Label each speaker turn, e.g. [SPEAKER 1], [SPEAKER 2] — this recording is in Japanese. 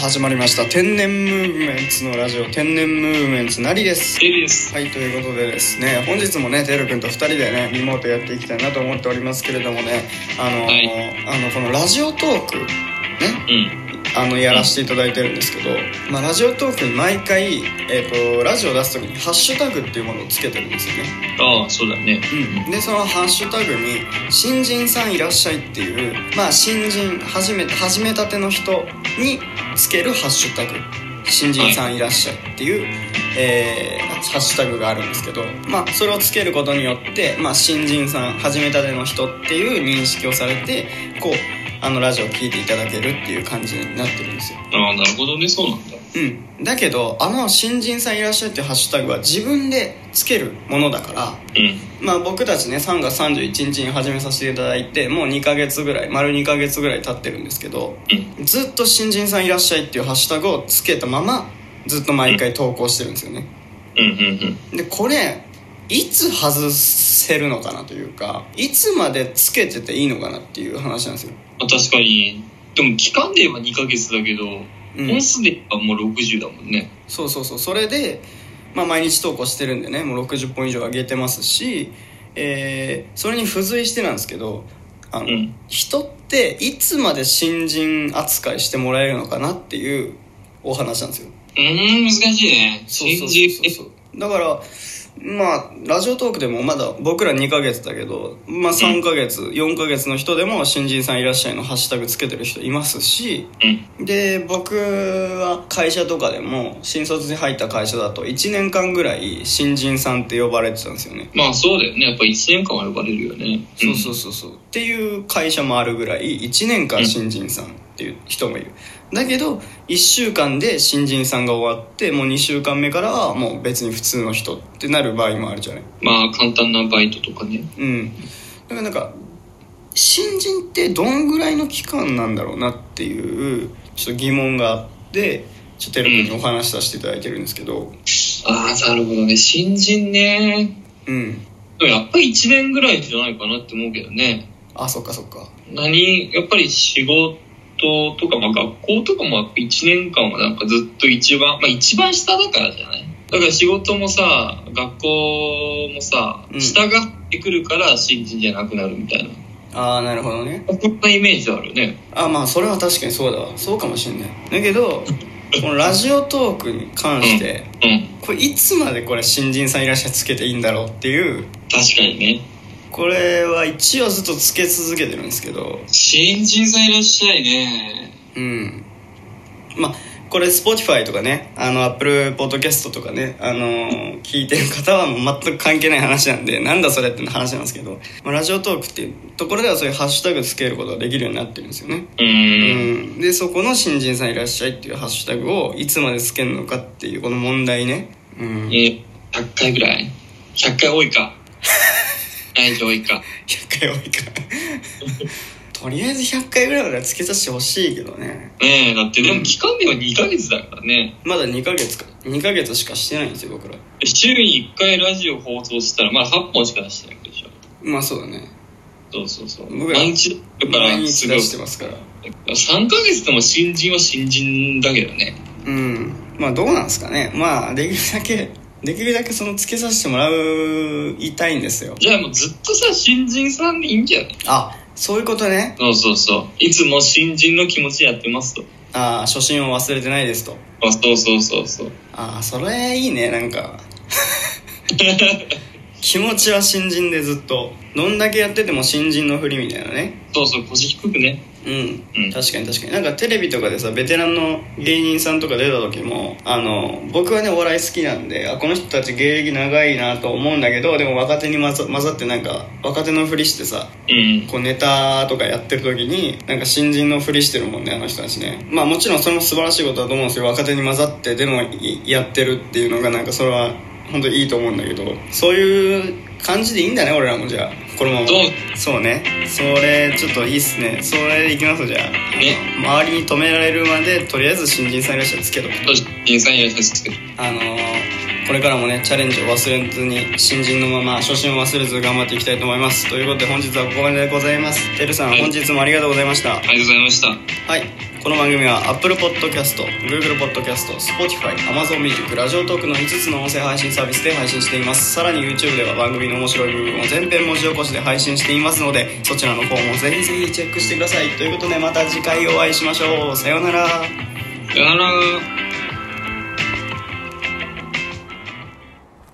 [SPEAKER 1] 始まりました天然ムーブメンツのラジオ天然ムーブメンツなりです
[SPEAKER 2] エリです。
[SPEAKER 1] はいということでですね本日もねてるくんと2人でねリモートやっていきたいなと思っておりますけれどもねあのー、
[SPEAKER 2] はい
[SPEAKER 1] あのこのラジオトークね
[SPEAKER 2] うん。
[SPEAKER 1] あのやらせていただいてるんですけど、まあ、ラジオトークに毎回、えー、とラジオ出す時にハッシュタグっていうものをつけてるんですよね
[SPEAKER 2] ああ、そうだね。
[SPEAKER 1] うん、でそのハッシュタグに「新人さんいらっしゃい」っていうまあ新人始め始めたての人につけるハッシュタグ「新人さんいらっしゃい」っていう、えーハッシュタグがあるんですけど、まあ、それをつけることによって、まあ、新人さん始めたての人っていう認識をされてこうあのラジオを聴いていただけるっていう感じになってるんですよ。
[SPEAKER 2] ああ、なるほどね、そうなんだ。
[SPEAKER 1] うん、だけどあの「新人さんいらっしゃい」っていうハッシュタグは自分でつけるものだから。
[SPEAKER 2] うん。
[SPEAKER 1] まあ、僕たちね3月31日に始めさせていただいてもう2ヶ月ぐらい丸2ヶ月ぐらい経ってるんですけどずっと「新人さんいらっしゃい」っていうハッシュタグをつけたままずっと毎回投稿してるんですよね
[SPEAKER 2] うん、うん、
[SPEAKER 1] でこれいつ外せるのかなというかいつまでつけてていいのかなっていう話なんですよ、
[SPEAKER 2] うん。確かに。でも、期間で言えば2ヶ月だけど、
[SPEAKER 1] うん
[SPEAKER 2] 本、数で言えばもう60だもんね。
[SPEAKER 1] そうそうそうそれで、まあ、毎日投稿してるんでねもう60本以上上げてますし、えーそれに付随してなんですけどあの、
[SPEAKER 2] うん
[SPEAKER 1] 人っていつまで新人扱いしてもらえるのかなっていうお話なんですよ
[SPEAKER 2] うーん、難しいね。
[SPEAKER 1] そうそう
[SPEAKER 2] 信
[SPEAKER 1] そう
[SPEAKER 2] じ
[SPEAKER 1] そうだからまあラジオトークでもまだ僕ら2ヶ月だけど、まあ、3ヶ月、4ヶ月の人でも「新人さんいらっしゃい」のハッシュタグつけてる人いますし
[SPEAKER 2] うん。
[SPEAKER 1] で僕は会社とかでも新卒に入った会社だと1年間ぐらい新人さんって呼ばれてたんですよね、
[SPEAKER 2] まあ、そうだよね。やっぱ1年間は呼ばれるよね。
[SPEAKER 1] そうそうそうそうっていう会社もあるぐらい1年間新人さんっていう人もいるだけど1週間で新人さんが終わってもう2週間目からはもう別に普通の人ってなる場合もあるじゃない
[SPEAKER 2] うん。まあ、簡単なバイトとかね。
[SPEAKER 1] うんだからなんか新人ってどんぐらいの期間なんだろうなっていうちょっと疑問があってちょっとテレビにお話しさせていただいてるんですけど、
[SPEAKER 2] ああ、なるほどね。新人ね。
[SPEAKER 1] うん
[SPEAKER 2] でもやっぱり1年ぐらいじゃないかなって思うけどね。
[SPEAKER 1] あそっかそっか
[SPEAKER 2] 何やっぱり仕事とか、まあ、学校とかもやっぱ1年間はなんかずっと一番、まあ、一番下だからじゃないだから仕事もさ学校もさ
[SPEAKER 1] うん
[SPEAKER 2] 下がってくるから新人じゃなくなるみたいな、
[SPEAKER 1] ああなるほどね
[SPEAKER 2] そんなイメージあるね
[SPEAKER 1] あまあそれは確かにそうだわそうかもしんないだけどこのラジオトークに関して
[SPEAKER 2] うん
[SPEAKER 1] これいつまでこれ新人さんいらっしゃいつけていいんだろうっていう
[SPEAKER 2] 確かにね
[SPEAKER 1] これは一応ずっとつけ続けてるんですけど
[SPEAKER 2] 新人さんいらっしゃいね
[SPEAKER 1] うんまあこれ Spotify とかねあの Apple Podcast とかね、あのー聞いてる方はもう全く関係ない話なんでなんだそれって話なんですけど、まあ、ラジオトークっていうところではそういうハッシュタグつけることができるようになってるんですよね
[SPEAKER 2] う
[SPEAKER 1] うんんでそこの「新人さんいらっしゃい」っていうハッシュタグをいつまでつけるのかっていうこの問題ねうん
[SPEAKER 2] え100回ぐらい100回多い か大丈夫多いか
[SPEAKER 1] 100回多いから とりあえず100回ぐらいまではつけさせてほしいけどね
[SPEAKER 2] ねえだってでも期間では2ヶ月だからね
[SPEAKER 1] まだ2ヶ月か2ヶ月しかしてないんですよ僕ら
[SPEAKER 2] 週に1回ラジオ放送したらまだ8本しか出してないでしょ
[SPEAKER 1] まあそうだね
[SPEAKER 2] そうそうそう
[SPEAKER 1] 僕ら
[SPEAKER 2] 毎日だから
[SPEAKER 1] 毎日
[SPEAKER 2] すごい
[SPEAKER 1] 出してますから
[SPEAKER 2] 3ヶ月でも新人は新人だけどね
[SPEAKER 1] うんまあどうなんですかねまあできるだけできるだけそのつけさせてもらいたいんですよ
[SPEAKER 2] じゃあもうずっとさ新人さんでいいんじゃない
[SPEAKER 1] あそういうことね
[SPEAKER 2] そうそうそういつも新人の気持ちでやってますと
[SPEAKER 1] ああ初心を忘れてないですと
[SPEAKER 2] あそうそうそうそう
[SPEAKER 1] ああそれいいねなん か気持ちは新人でずっとどんだけやってても新人のふりみたいなね
[SPEAKER 2] そうそう腰低くね
[SPEAKER 1] うん、
[SPEAKER 2] うん
[SPEAKER 1] 確かに確かになんかテレビとかでさベテランの芸人さんとか出た時もあの僕はねお笑い好きなんであこの人たち芸歴長いなと思うんだけどでも若手に混ざ混ざってなんか若手のふりしてさ
[SPEAKER 2] うん
[SPEAKER 1] こうネタとかやってる時になんか新人のふりしてるもんねあの人たちねまあもちろんそれも素晴らしいことだと思うんですよ若手に混ざってでもいやってるっていうのがなんかそれは本当にいいと思うんだけどそういう感じでいいんだね俺らもじゃあこのまま
[SPEAKER 2] そう
[SPEAKER 1] そうねそれちょっといいっすねそれでいきますじゃあ、
[SPEAKER 2] ね
[SPEAKER 1] 周りに止められるまでとりあえず新人さんいらっしゃいつけとく
[SPEAKER 2] そう新人さんいらっしゃいですけど
[SPEAKER 1] あのーこれからもねチャレンジを忘れずに新人のまま初心を忘れず頑張っていきたいと思いますということで本日はここまででございますてるさん
[SPEAKER 2] はい
[SPEAKER 1] 本日もありがとうございました
[SPEAKER 2] ありがとうございました。
[SPEAKER 1] はいこの番組は Apple Podcast、Google Podcast、Spotify、Amazon Music、ラジオトークの5つの音声配信サービスで配信しています。さらに YouTube では番組の面白い部分を全編文字起こしで配信していますので、そちらの方もぜひぜひチェックしてください。ということでまた次回お会いしましょう。さようなら。
[SPEAKER 2] さよなら。